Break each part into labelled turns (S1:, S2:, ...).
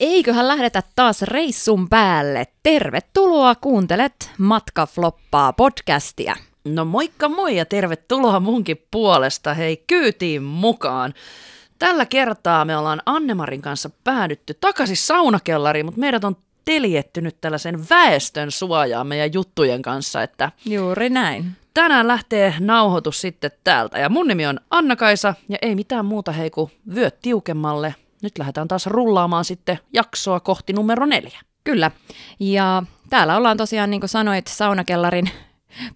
S1: eiköhän lähdetä taas reissun päälle. Tervetuloa, kuuntelet Matkafloppaa podcastia.
S2: No moikka moi ja tervetuloa munkin puolesta. Hei, kyytiin mukaan. Tällä kertaa me ollaan Annemarin kanssa päädytty takaisin saunakellariin, mutta meidät on teljetty nyt tällaisen väestön suojaan meidän juttujen kanssa, että
S1: Juuri näin.
S2: tänään lähtee nauhoitus sitten täältä. Ja mun nimi on Anna-Kaisa ja ei mitään muuta hei kuin vyöt tiukemmalle. Nyt lähdetään taas rullaamaan sitten jaksoa kohti numero neljä.
S1: Kyllä. Ja täällä ollaan tosiaan, niin kuin sanoit, saunakellarin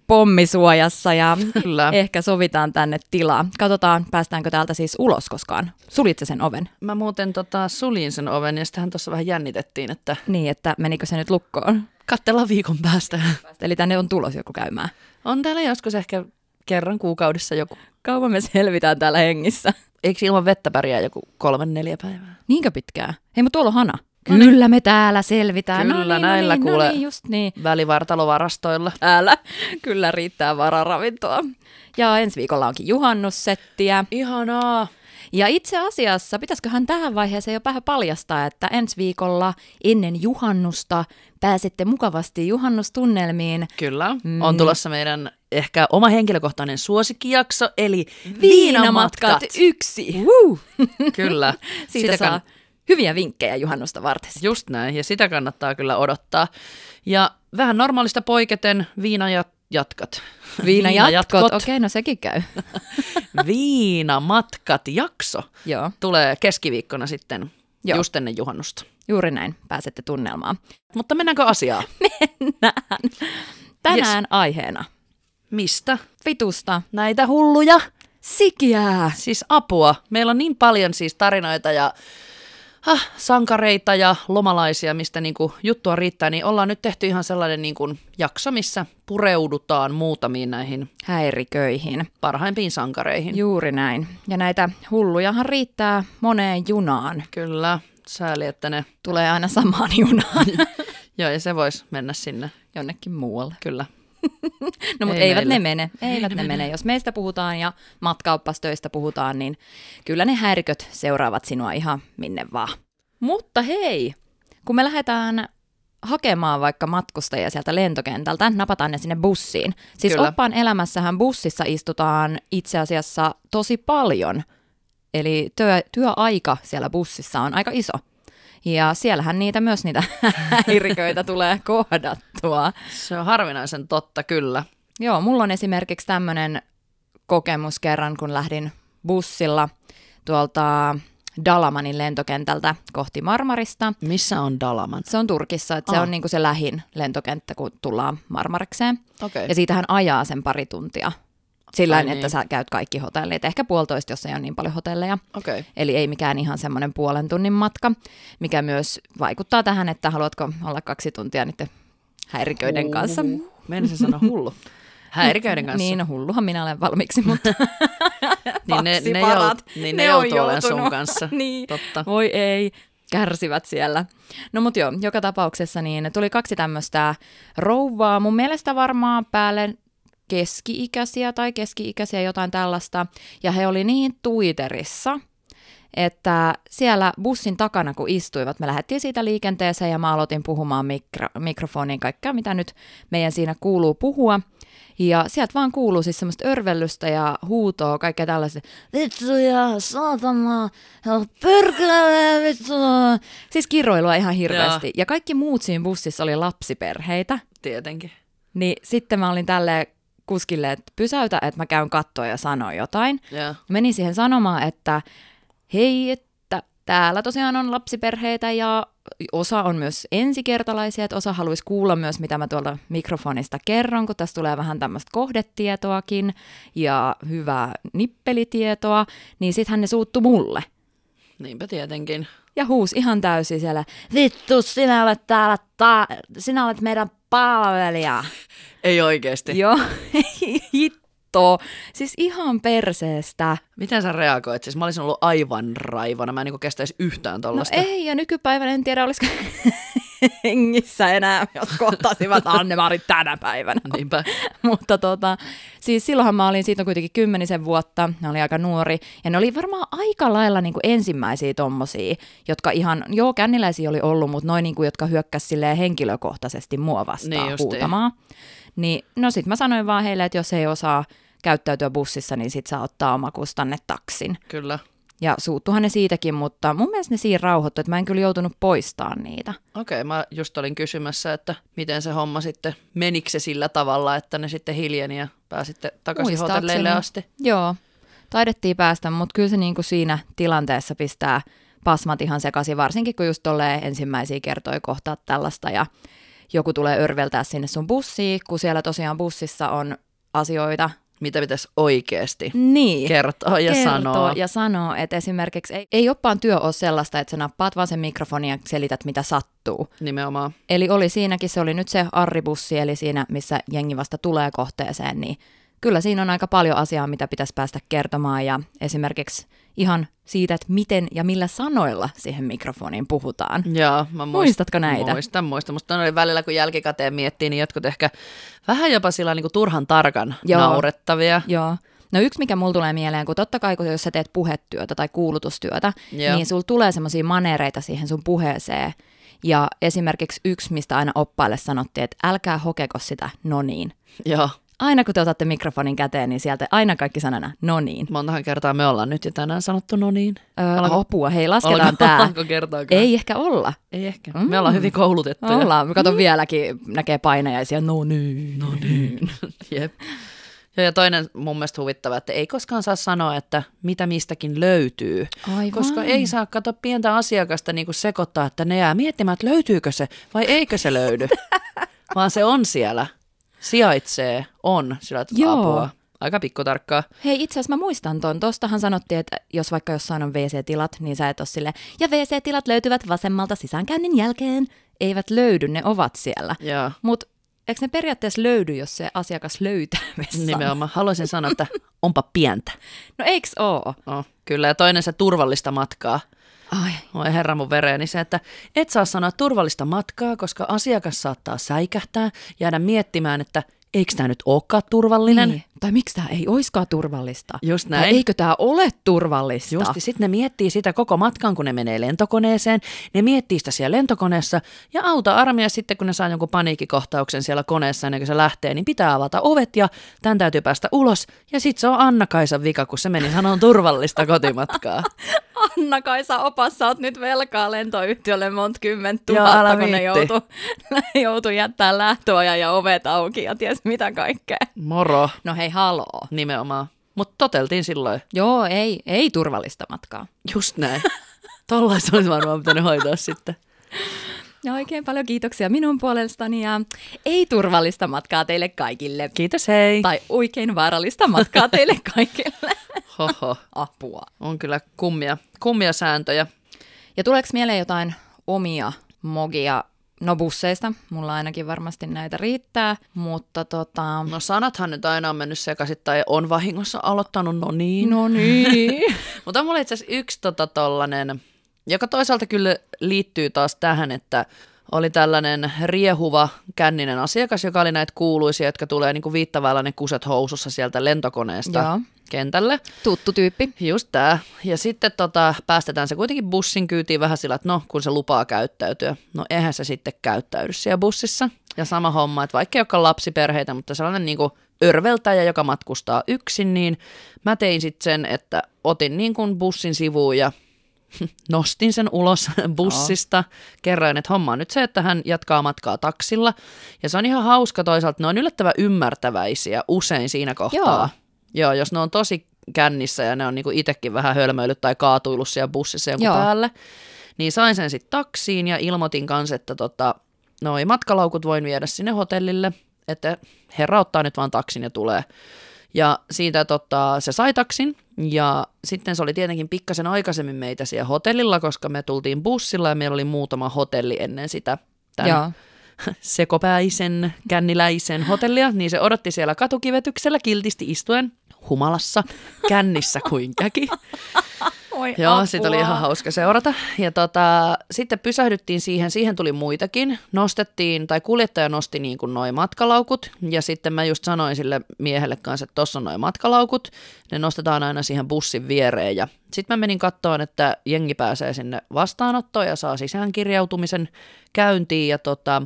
S1: pommisuojassa ja
S2: Kyllä.
S1: ehkä sovitaan tänne tilaa. Katsotaan, päästäänkö täältä siis ulos koskaan. Sulitse sen oven.
S2: Mä muuten tota, suljin sen oven ja sitähän tuossa vähän jännitettiin, että
S1: Niin, että menikö se nyt lukkoon.
S2: katsellaan viikon päästä.
S1: Eli tänne on tulos joku käymään.
S2: On täällä joskus ehkä kerran kuukaudessa joku.
S1: Kauan me selvitään täällä hengissä.
S2: Eikö ilman vettä pärjää joku kolmen neljä päivää?
S1: Niinkö pitkään? Hei, mutta tuolla on Hana. Kyllä me täällä selvitään.
S2: No niin. Kyllä, näillä
S1: no niin,
S2: kuule.
S1: No niin, just niin.
S2: Välivartalovarastoilla.
S1: Täällä kyllä riittää vararavintoa. Ja ensi viikolla onkin juhannussettiä.
S2: Ihanaa.
S1: Ja itse asiassa, pitäisiköhän tähän vaiheeseen jo vähän paljastaa, että ensi viikolla ennen juhannusta pääsette mukavasti juhannustunnelmiin.
S2: Kyllä. Mm. On tulossa meidän ehkä oma henkilökohtainen suosikkijakso, eli
S1: Viinamatkat
S2: viinamatkat.
S1: yksi. Woo!
S2: Kyllä.
S1: Siitä
S2: kann-
S1: saa hyviä vinkkejä juhannusta varten.
S2: Just näin, ja sitä kannattaa kyllä odottaa. Ja vähän normaalista poiketen viina ja jatkat.
S1: Viinajatkot. Okei, okay, no sekin käy.
S2: Viinamatkat jakso
S1: Joo,
S2: tulee keskiviikkona sitten
S1: Joo.
S2: Joo. just ennen juhannusta.
S1: juuri näin. Pääsette tunnelmaan.
S2: Mutta mennäänkö asiaan?
S1: Tänään yes. aiheena
S2: Mistä?
S1: vitusta,
S2: Näitä hulluja.
S1: sikiää.
S2: Siis apua. Meillä on niin paljon siis tarinoita ja ah, sankareita ja lomalaisia, mistä niinku juttua riittää, niin ollaan nyt tehty ihan sellainen niinku jakso, missä pureudutaan muutamiin näihin
S1: häiriköihin.
S2: parhaimpiin sankareihin. Ju-
S1: Juuri näin. Ja näitä hullujahan riittää moneen junaan.
S2: Kyllä, sääli, että ne...
S1: Tulee aina samaan junaan
S2: Joo, ja se voisi mennä sinne,
S1: jonnekin muualle.
S2: kyllä.
S1: No mutta
S2: Ei
S1: eivät
S2: meille.
S1: ne mene, eivät ne mene. Jos meistä puhutaan ja matkauppastöistä puhutaan, niin kyllä ne häiriköt seuraavat sinua ihan minne vaan. Mutta hei, kun me lähdetään hakemaan vaikka matkustajia sieltä lentokentältä, napataan ne sinne bussiin. Siis
S2: Kyllä.
S1: oppaan elämässähän bussissa istutaan itse asiassa tosi paljon. Eli työ, työaika siellä bussissa on aika iso. Ja siellähän niitä myös niitä häiriköitä tulee kohdattua.
S2: Se on harvinaisen totta, kyllä.
S1: Joo, mulla on esimerkiksi tämmöinen kokemus kerran, kun lähdin bussilla tuolta Dalamanin lentokentältä kohti Marmarista.
S2: Missä on Dalaman?
S1: Se on Turkissa, että se
S2: Aa.
S1: on niinku se lähin lentokenttä, kun tullaan Marmarikseen.
S2: Okei.
S1: Ja siitähän ajaa sen pari tuntia sillä
S2: Ai
S1: niin. että
S2: niin.
S1: sä käyt kaikki hotellit. Ehkä puolitoista, jos ei ole niin paljon hotelleja.
S2: Okei. Okay.
S1: Eli ei mikään ihan semmoinen puolen tunnin matka, mikä myös vaikuttaa tähän, että haluatko olla kaksi tuntia niiden häiriköiden kanssa.
S2: Menisin sanoa hullu. Häiriköiden kanssa.
S1: Niin, no hulluhan minä olen valmiiksi, mutta
S2: Niin ne- ne
S1: paksiparat,
S2: jout- niin ne joutuu
S1: on
S2: olemaan sun
S1: joutunut.
S2: kanssa.
S1: niin.
S2: Totta.
S1: Voi ei, kärsivät siellä. No mut joo, joka tapauksessa niin tuli kaksi tämmöistä rouvaa. Mun mielestä varmaan päälle keski-ikäisiä tai keski-ikäisiä jotain tällaista. Ja he oli niin tuiterissa, että siellä bussin takana kun istuivat, me lähdettiin siitä liikenteeseen ja mä aloitin puhumaan mikro, mikrofoniin kaikkea, mitä nyt meidän siinä kuuluu puhua. Ja sieltä vaan kuuluu siis semmoista örvellystä ja huutoa, kaikkea tällaista. Vittu ja saatana, ja pörkälä, vittu. Siis kiroilua ihan hirveästi. Ja. ja kaikki muut siinä bussissa oli lapsiperheitä.
S2: Tietenkin.
S1: Niin sitten mä olin tälleen kuskille, että pysäytä, että mä käyn kattoon ja sanon jotain.
S2: Joo.
S1: Menin siihen sanomaan, että hei, että täällä tosiaan on lapsiperheitä ja osa on myös ensikertalaisia, että osa haluaisi kuulla myös, mitä mä tuolta mikrofonista kerron, kun tässä tulee vähän tämmöistä kohdetietoakin ja hyvää nippelitietoa, niin sittenhän ne suuttu mulle.
S2: Niinpä tietenkin.
S1: Ja huus ihan täysin siellä, vittu, sinä olet täällä, ta- sinä olet meidän palvelija.
S2: Ei oikeesti.
S1: Joo, hitto. Siis ihan perseestä.
S2: Miten sä reagoit? Siis mä olisin ollut aivan raivona. Mä en niinku kestäisi yhtään
S1: No
S2: tollasta.
S1: ei, ja nykypäivänä en tiedä, olisiko hengissä enää, jos kohtasivat Anne-Mari tänä päivänä.
S2: Niinpä.
S1: Niin. Mutta tota, siis silloinhan mä olin siitä on kuitenkin kymmenisen vuotta, mä olin aika nuori, ja ne oli varmaan aika lailla niin kuin ensimmäisiä tommosia, jotka ihan, joo känniläisiä oli ollut, mutta noin niin kuin, jotka hyökkäs silleen henkilökohtaisesti mua vastaan
S2: Niin
S1: niin
S2: justiin.
S1: huutamaan. Niin, no sit mä sanoin vaan heille, että jos ei osaa käyttäytyä bussissa, niin sit saa ottaa omakustanne taksin.
S2: Kyllä.
S1: Ja suuttuhan ne siitäkin, mutta mun mielestä ne siinä rauhoittui, että mä en kyllä joutunut poistamaan niitä.
S2: Okei, mä just olin kysymässä, että miten se homma sitten, menikö se sillä tavalla, että ne sitten hiljeni ja pääsitte takaisin
S1: Muistaakseni.
S2: hotelleille asti?
S1: Joo, taidettiin päästä, mutta kyllä se niin kuin siinä tilanteessa pistää pasmat ihan sekaisin, varsinkin kun just tolleen ensimmäisiä kertoja kohtaa tällaista ja joku tulee örveltää sinne sun bussiin, kun siellä tosiaan bussissa on asioita.
S2: Mitä pitäisi oikeasti
S1: Niin.
S2: kertoa ja
S1: kertoo
S2: sanoa?
S1: ja sanoo, että esimerkiksi ei, ei oppaan työ ole sellaista, että sä nappaat vaan sen mikrofonin ja selität mitä sattuu.
S2: Nimenomaan.
S1: Eli oli siinäkin, se oli nyt se arribussi, eli siinä, missä jengi vasta tulee kohteeseen, niin kyllä siinä on aika paljon asiaa, mitä pitäisi päästä kertomaan ja esimerkiksi ihan siitä, että miten ja millä sanoilla siihen mikrofoniin puhutaan.
S2: Joo, mä muist-
S1: Muistatko näitä?
S2: Muistan, muistan. Musta oli välillä, kun jälkikäteen miettii, niin jotkut ehkä vähän jopa sillä niin kuin turhan tarkan
S1: Joo.
S2: naurettavia.
S1: Joo. No yksi, mikä mulla tulee mieleen, kun totta kai, kun jos sä teet puhetyötä tai kuulutustyötä,
S2: Joo.
S1: niin sulla tulee semmoisia manereita siihen sun puheeseen. Ja esimerkiksi yksi, mistä aina oppaille sanottiin, että älkää hokeko sitä, no niin.
S2: Joo.
S1: Aina kun te otatte mikrofonin käteen, niin sieltä aina kaikki sanana, no niin.
S2: Montahan kertaa me ollaan nyt jo tänään sanottu, no niin.
S1: Öö, apua, hei lasketaan
S2: Ollaanko,
S1: tää.
S2: ollaanko kertaakaan?
S1: Ei ehkä olla.
S2: Ei ehkä. Mm. Me ollaan hyvin koulutettuja.
S1: Ollaan, mä katon vieläkin, näkee painajaisia, no niin. Mm. No niin.
S2: Jep. Joo, ja toinen mun mielestä huvittava, että ei koskaan saa sanoa, että mitä mistäkin löytyy.
S1: Aivan.
S2: Koska ei saa kato pientä asiakasta niin sekoittaa, että ne jää miettimään, että löytyykö se vai eikö se löydy. Vaan se on siellä, sijaitsee, on, sillä että
S1: Joo.
S2: apua. Aika pikkutarkkaa.
S1: Hei, itse asiassa mä muistan ton. Tostahan sanottiin, että jos vaikka jossain on WC-tilat, niin sä et ole sille. Ja WC-tilat löytyvät vasemmalta sisäänkäynnin jälkeen. Eivät löydy, ne ovat siellä.
S2: Joo,
S1: Mutta eikö ne periaatteessa löydy, jos se asiakas löytää vessan?
S2: nimenomaan. Haluaisin sanoa, että onpa pientä.
S1: No eiks oo?
S2: Oh, kyllä, ja toinen se turvallista matkaa.
S1: Ai,
S2: Voi herra mun vereeni se, että et saa sanoa turvallista matkaa, koska asiakas saattaa säikähtää, jäädä miettimään, että eikö tämä nyt olekaan turvallinen.
S1: niin. Tai miksi tää ei oiskaan turvallista?
S2: Just
S1: Tai
S2: näin.
S1: eikö tää ole turvallista?
S2: Justi, sitten ne miettii sitä koko matkan, kun ne menee lentokoneeseen. Ne miettii sitä siellä lentokoneessa ja auta armeija sitten, kun ne saa jonkun paniikkikohtauksen siellä koneessa ennen kuin se lähtee, niin pitää avata ovet ja tämän täytyy päästä ulos. Ja sitten se on Anna-Kaisan vika, kun se meni sanoa turvallista kotimatkaa.
S1: Anna-Kaisa opas, sä oot nyt velkaa lentoyhtiölle monta kymmentä
S2: Joo,
S1: tuhatta,
S2: älä
S1: kun ne
S2: viitti.
S1: joutu, ne joutu jättää lähtöajan ja ovet auki ja ties mitä kaikkea.
S2: Moro.
S1: No hei, haloo.
S2: Nimenomaan. Mutta toteltiin silloin.
S1: Joo, ei, ei turvallista matkaa.
S2: Just näin. Tollaista olisi varmaan pitänyt hoitaa sitten.
S1: Ja oikein paljon kiitoksia minun puolestani ja ei turvallista matkaa teille kaikille.
S2: Kiitos, hei.
S1: Tai oikein vaarallista matkaa teille kaikille.
S2: Hoho,
S1: Apua.
S2: on kyllä kummia, kummia sääntöjä.
S1: Ja tuleeko mieleen jotain omia mogia? No busseista, mulla ainakin varmasti näitä riittää, mutta tota...
S2: No sanathan nyt aina on mennyt sekaisin tai on vahingossa aloittanut, no niin.
S1: No niin.
S2: Mutta on mulla itse asiassa yksi tota tollanen, joka toisaalta kyllä liittyy taas tähän, että oli tällainen riehuva känninen asiakas, joka oli näitä kuuluisia, jotka tulee niinku viittavailla ne kuset housussa sieltä lentokoneesta
S1: Joo.
S2: kentälle.
S1: Tuttu tyyppi.
S2: Just tää. Ja sitten tota, päästetään se kuitenkin bussin kyytiin vähän sillä, että no, kun se lupaa käyttäytyä. No eihän se sitten käyttäydy siellä bussissa. Ja sama homma, että vaikka ei olekaan lapsiperheitä, mutta sellainen niinku örveltäjä, joka matkustaa yksin, niin mä tein sitten sen, että otin niin kuin bussin sivuun ja nostin sen ulos bussista. Kerroin, että homma on nyt se, että hän jatkaa matkaa taksilla. Ja se on ihan hauska toisaalta, ne on yllättävän ymmärtäväisiä usein siinä kohtaa.
S1: Joo.
S2: Joo, jos ne on tosi kännissä ja ne on niinku itsekin vähän hölmöillyt tai kaatuillut siellä bussissa jonkun
S1: Joo.
S2: päälle, niin sain sen sitten taksiin ja ilmoitin kanssa, että tota, noi matkalaukut voin viedä sinne hotellille, että herra ottaa nyt vaan taksin ja tulee. Ja siitä tota, se sai taksin ja sitten se oli tietenkin pikkasen aikaisemmin meitä siellä hotellilla, koska me tultiin bussilla ja meillä oli muutama hotelli ennen sitä tämän
S1: Joo.
S2: sekopäisen känniläisen hotellia, niin se odotti siellä katukivetyksellä kiltisti istuen humalassa, kännissä kuin käki.
S1: Oi,
S2: Joo,
S1: apua.
S2: sitä oli ihan hauska seurata. Ja tota, sitten pysähdyttiin siihen, siihen tuli muitakin. Nostettiin, tai kuljettaja nosti niin kuin noi matkalaukut, ja sitten mä just sanoin sille miehelle kanssa, että tossa on noi matkalaukut, ne nostetaan aina siihen bussin viereen. Ja sitten mä menin kattoon, että jengi pääsee sinne vastaanottoon ja saa sisäänkirjautumisen käyntiin, ja tota,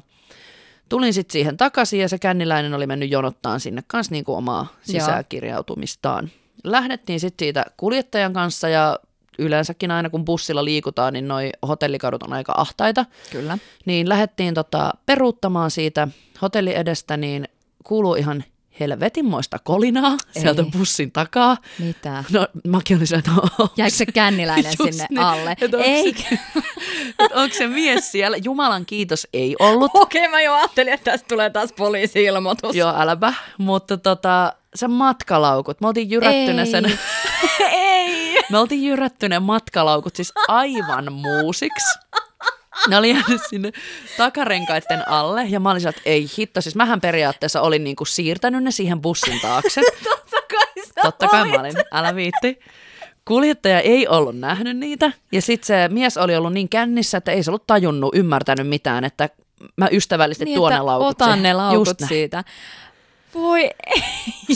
S2: Tulin sitten siihen takaisin ja se känniläinen oli mennyt jonottaan sinne kanssa niin kuin omaa
S1: Joo.
S2: sisäänkirjautumistaan. Lähdettiin sitten siitä kuljettajan kanssa ja yleensäkin aina kun bussilla liikutaan, niin noi hotellikadut on aika ahtaita.
S1: Kyllä.
S2: Niin lähdettiin tota peruuttamaan siitä hotelli edestä, niin kuuluu ihan helvetinmoista kolinaa
S1: Ei.
S2: sieltä bussin takaa.
S1: Mitä?
S2: No mäkin olin sieltä,
S1: Jäikö se känniläinen
S2: Just
S1: sinne
S2: niin.
S1: alle?
S2: Et onks
S1: Ei.
S2: se- että onko se mies siellä? Jumalan kiitos ei ollut.
S1: Okei, okay, mä jo ajattelin, että tästä tulee taas poliisi-ilmoitus.
S2: Joo, äläpä. Mutta tota, se matkalaukut. Me oltiin jyrättynä sen...
S1: Ei. Ei.
S2: Me oltiin jyrättynä matkalaukut siis aivan muusiksi. Ne oli jäänyt sinne takarenkaiden alle ja mä olin sieltä, että ei hitto, siis mähän periaatteessa olin niinku siirtänyt ne siihen bussin taakse.
S1: Totta kai sä
S2: Totta kai mä
S1: olit.
S2: olin, älä viitti. Kuljettaja ei ollut nähnyt niitä ja sitten se mies oli ollut niin kännissä, että ei se ollut tajunnut, ymmärtänyt mitään, että mä ystävällisesti
S1: Niin,
S2: tuon ne
S1: että
S2: laukut.
S1: Otan
S2: siihen.
S1: ne
S2: Just
S1: laukut
S2: näin.
S1: siitä. Voi ei.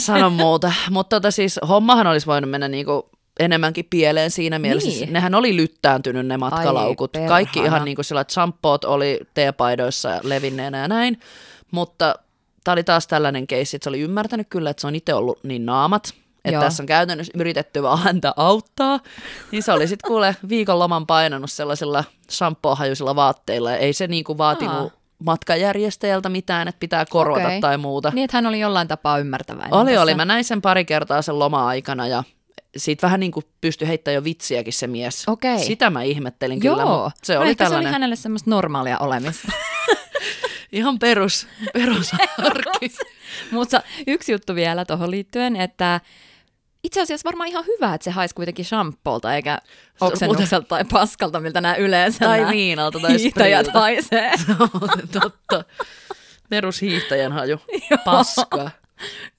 S2: Sano muuta. Mutta tota siis hommahan olisi voinut mennä niinku enemmänkin pieleen siinä mielessä.
S1: Niin.
S2: Niin. Nehän oli lyttääntynyt ne matkalaukut.
S1: perhana.
S2: Kaikki ihan niin kuin sillä, että samppoot oli teepaidoissa levinneenä ja näin. Mutta tämä oli taas tällainen keissi, että se oli ymmärtänyt kyllä, että se on itse ollut niin naamat. Että
S1: Joo.
S2: tässä on käytännössä yritetty vaan häntä auttaa. Niin se oli sitten kuule viikon loman painanut sellaisilla shampoohajuisilla vaatteilla. Ja ei se niinku vaatinut
S1: Aa.
S2: matkajärjestäjältä mitään, että pitää korvata
S1: Okei.
S2: okay. tai muuta.
S1: Niin, että hän oli jollain tapaa ymmärtäväinen.
S2: Oli,
S1: tässä.
S2: oli. Mä näin sen pari kertaa sen loma-aikana ja siitä vähän niin kuin pystyi heittämään jo vitsiäkin se mies.
S1: Okei.
S2: Sitä mä ihmettelin
S1: Joo.
S2: kyllä, mutta se
S1: No
S2: oli
S1: ehkä
S2: tällainen
S1: se oli hänelle semmoista normaalia olemista.
S2: ihan perus, perus arki.
S1: Mutta yksi juttu vielä tuohon liittyen, että itse asiassa varmaan ihan hyvä, että se haisi kuitenkin shampoolta eikä oksennukselta tai paskalta, miltä nämä yleensä
S2: Tai
S1: nämä
S2: viinalta tai
S1: hiihtäjät
S2: spriiltä.
S1: haisee.
S2: Totta. Perushiihtäjän haju. Paska.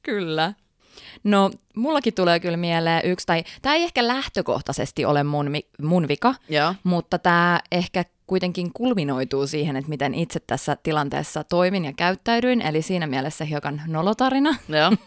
S1: Kyllä. No, mullakin tulee kyllä mieleen yksi, tai tämä ei ehkä lähtökohtaisesti ole mun, mi- mun vika,
S2: Joo.
S1: mutta tämä ehkä kuitenkin kulminoituu siihen, että miten itse tässä tilanteessa toimin ja käyttäydyin, eli siinä mielessä hiukan nolotarina
S2: Joo.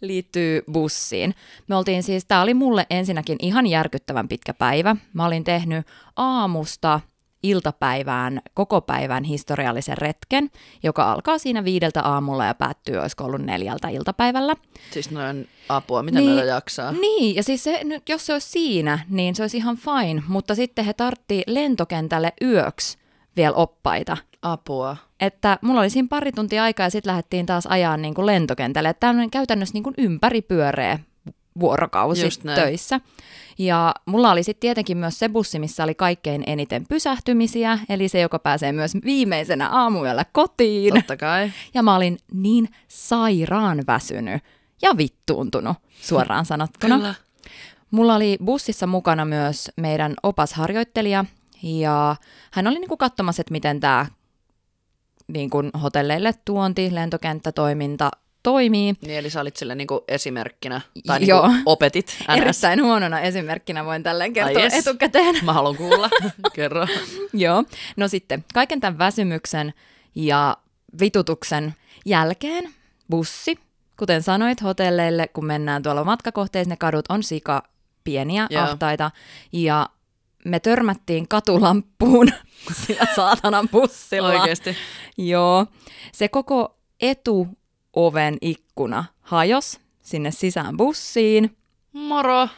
S1: liittyy bussiin. Me oltiin siis, tämä oli mulle ensinnäkin ihan järkyttävän pitkä päivä. Mä olin tehnyt aamusta iltapäivään koko päivän historiallisen retken, joka alkaa siinä viideltä aamulla ja päättyy, olisiko ollut neljältä iltapäivällä.
S2: Siis noin apua, miten
S1: Niin.
S2: niin. näitä jaksaa?
S1: Niin, ja siis se, nyt, jos se olisi siinä, niin se olisi ihan fine, mutta sitten he tartti lentokentälle yöksi vielä oppaita.
S2: Apua.
S1: Että mulla oli siinä pari tuntia aikaa ja sitten lähdettiin taas ajaa niin kuin lentokentälle. Tämä on käytännössä niin kuin ympäripyöreä vuorokausi
S2: Just näin.
S1: töissä. Ja mulla oli sitten tietenkin myös se bussi, missä oli kaikkein eniten pysähtymisiä, eli se, joka pääsee myös viimeisenä aamuyöllä kotiin.
S2: Totta kai.
S1: Ja mä olin niin sairaan väsynyt ja vittuuntunut, suoraan sanottuna.
S2: Kyllä.
S1: Mulla oli bussissa mukana myös meidän opasharjoittelija ja hän oli niinku katsomassa, että miten tämä niinku hotelleille tuonti, lentokenttätoiminta toimii.
S2: Niin, eli sä olit sille niinku esimerkkinä, tai niinku
S1: Joo.
S2: opetit ns.
S1: Erittäin huonona esimerkkinä voin tälleen kertoa
S2: jes.
S1: etukäteen.
S2: Mä haluan kuulla. Kerro.
S1: Joo, no sitten kaiken tämän väsymyksen ja vitutuksen jälkeen bussi, kuten sanoit, hotelleille, kun mennään tuolla matkakohteissa, ne kadut on sika pieniä,
S2: Joo.
S1: yeah. ahtaita, ja me törmättiin katulamppuun sillä saatanan bussilla.
S2: Oikeesti.
S1: Joo, se koko etuoven ikkuna hajos sinne sisään bussiin,
S2: Moro.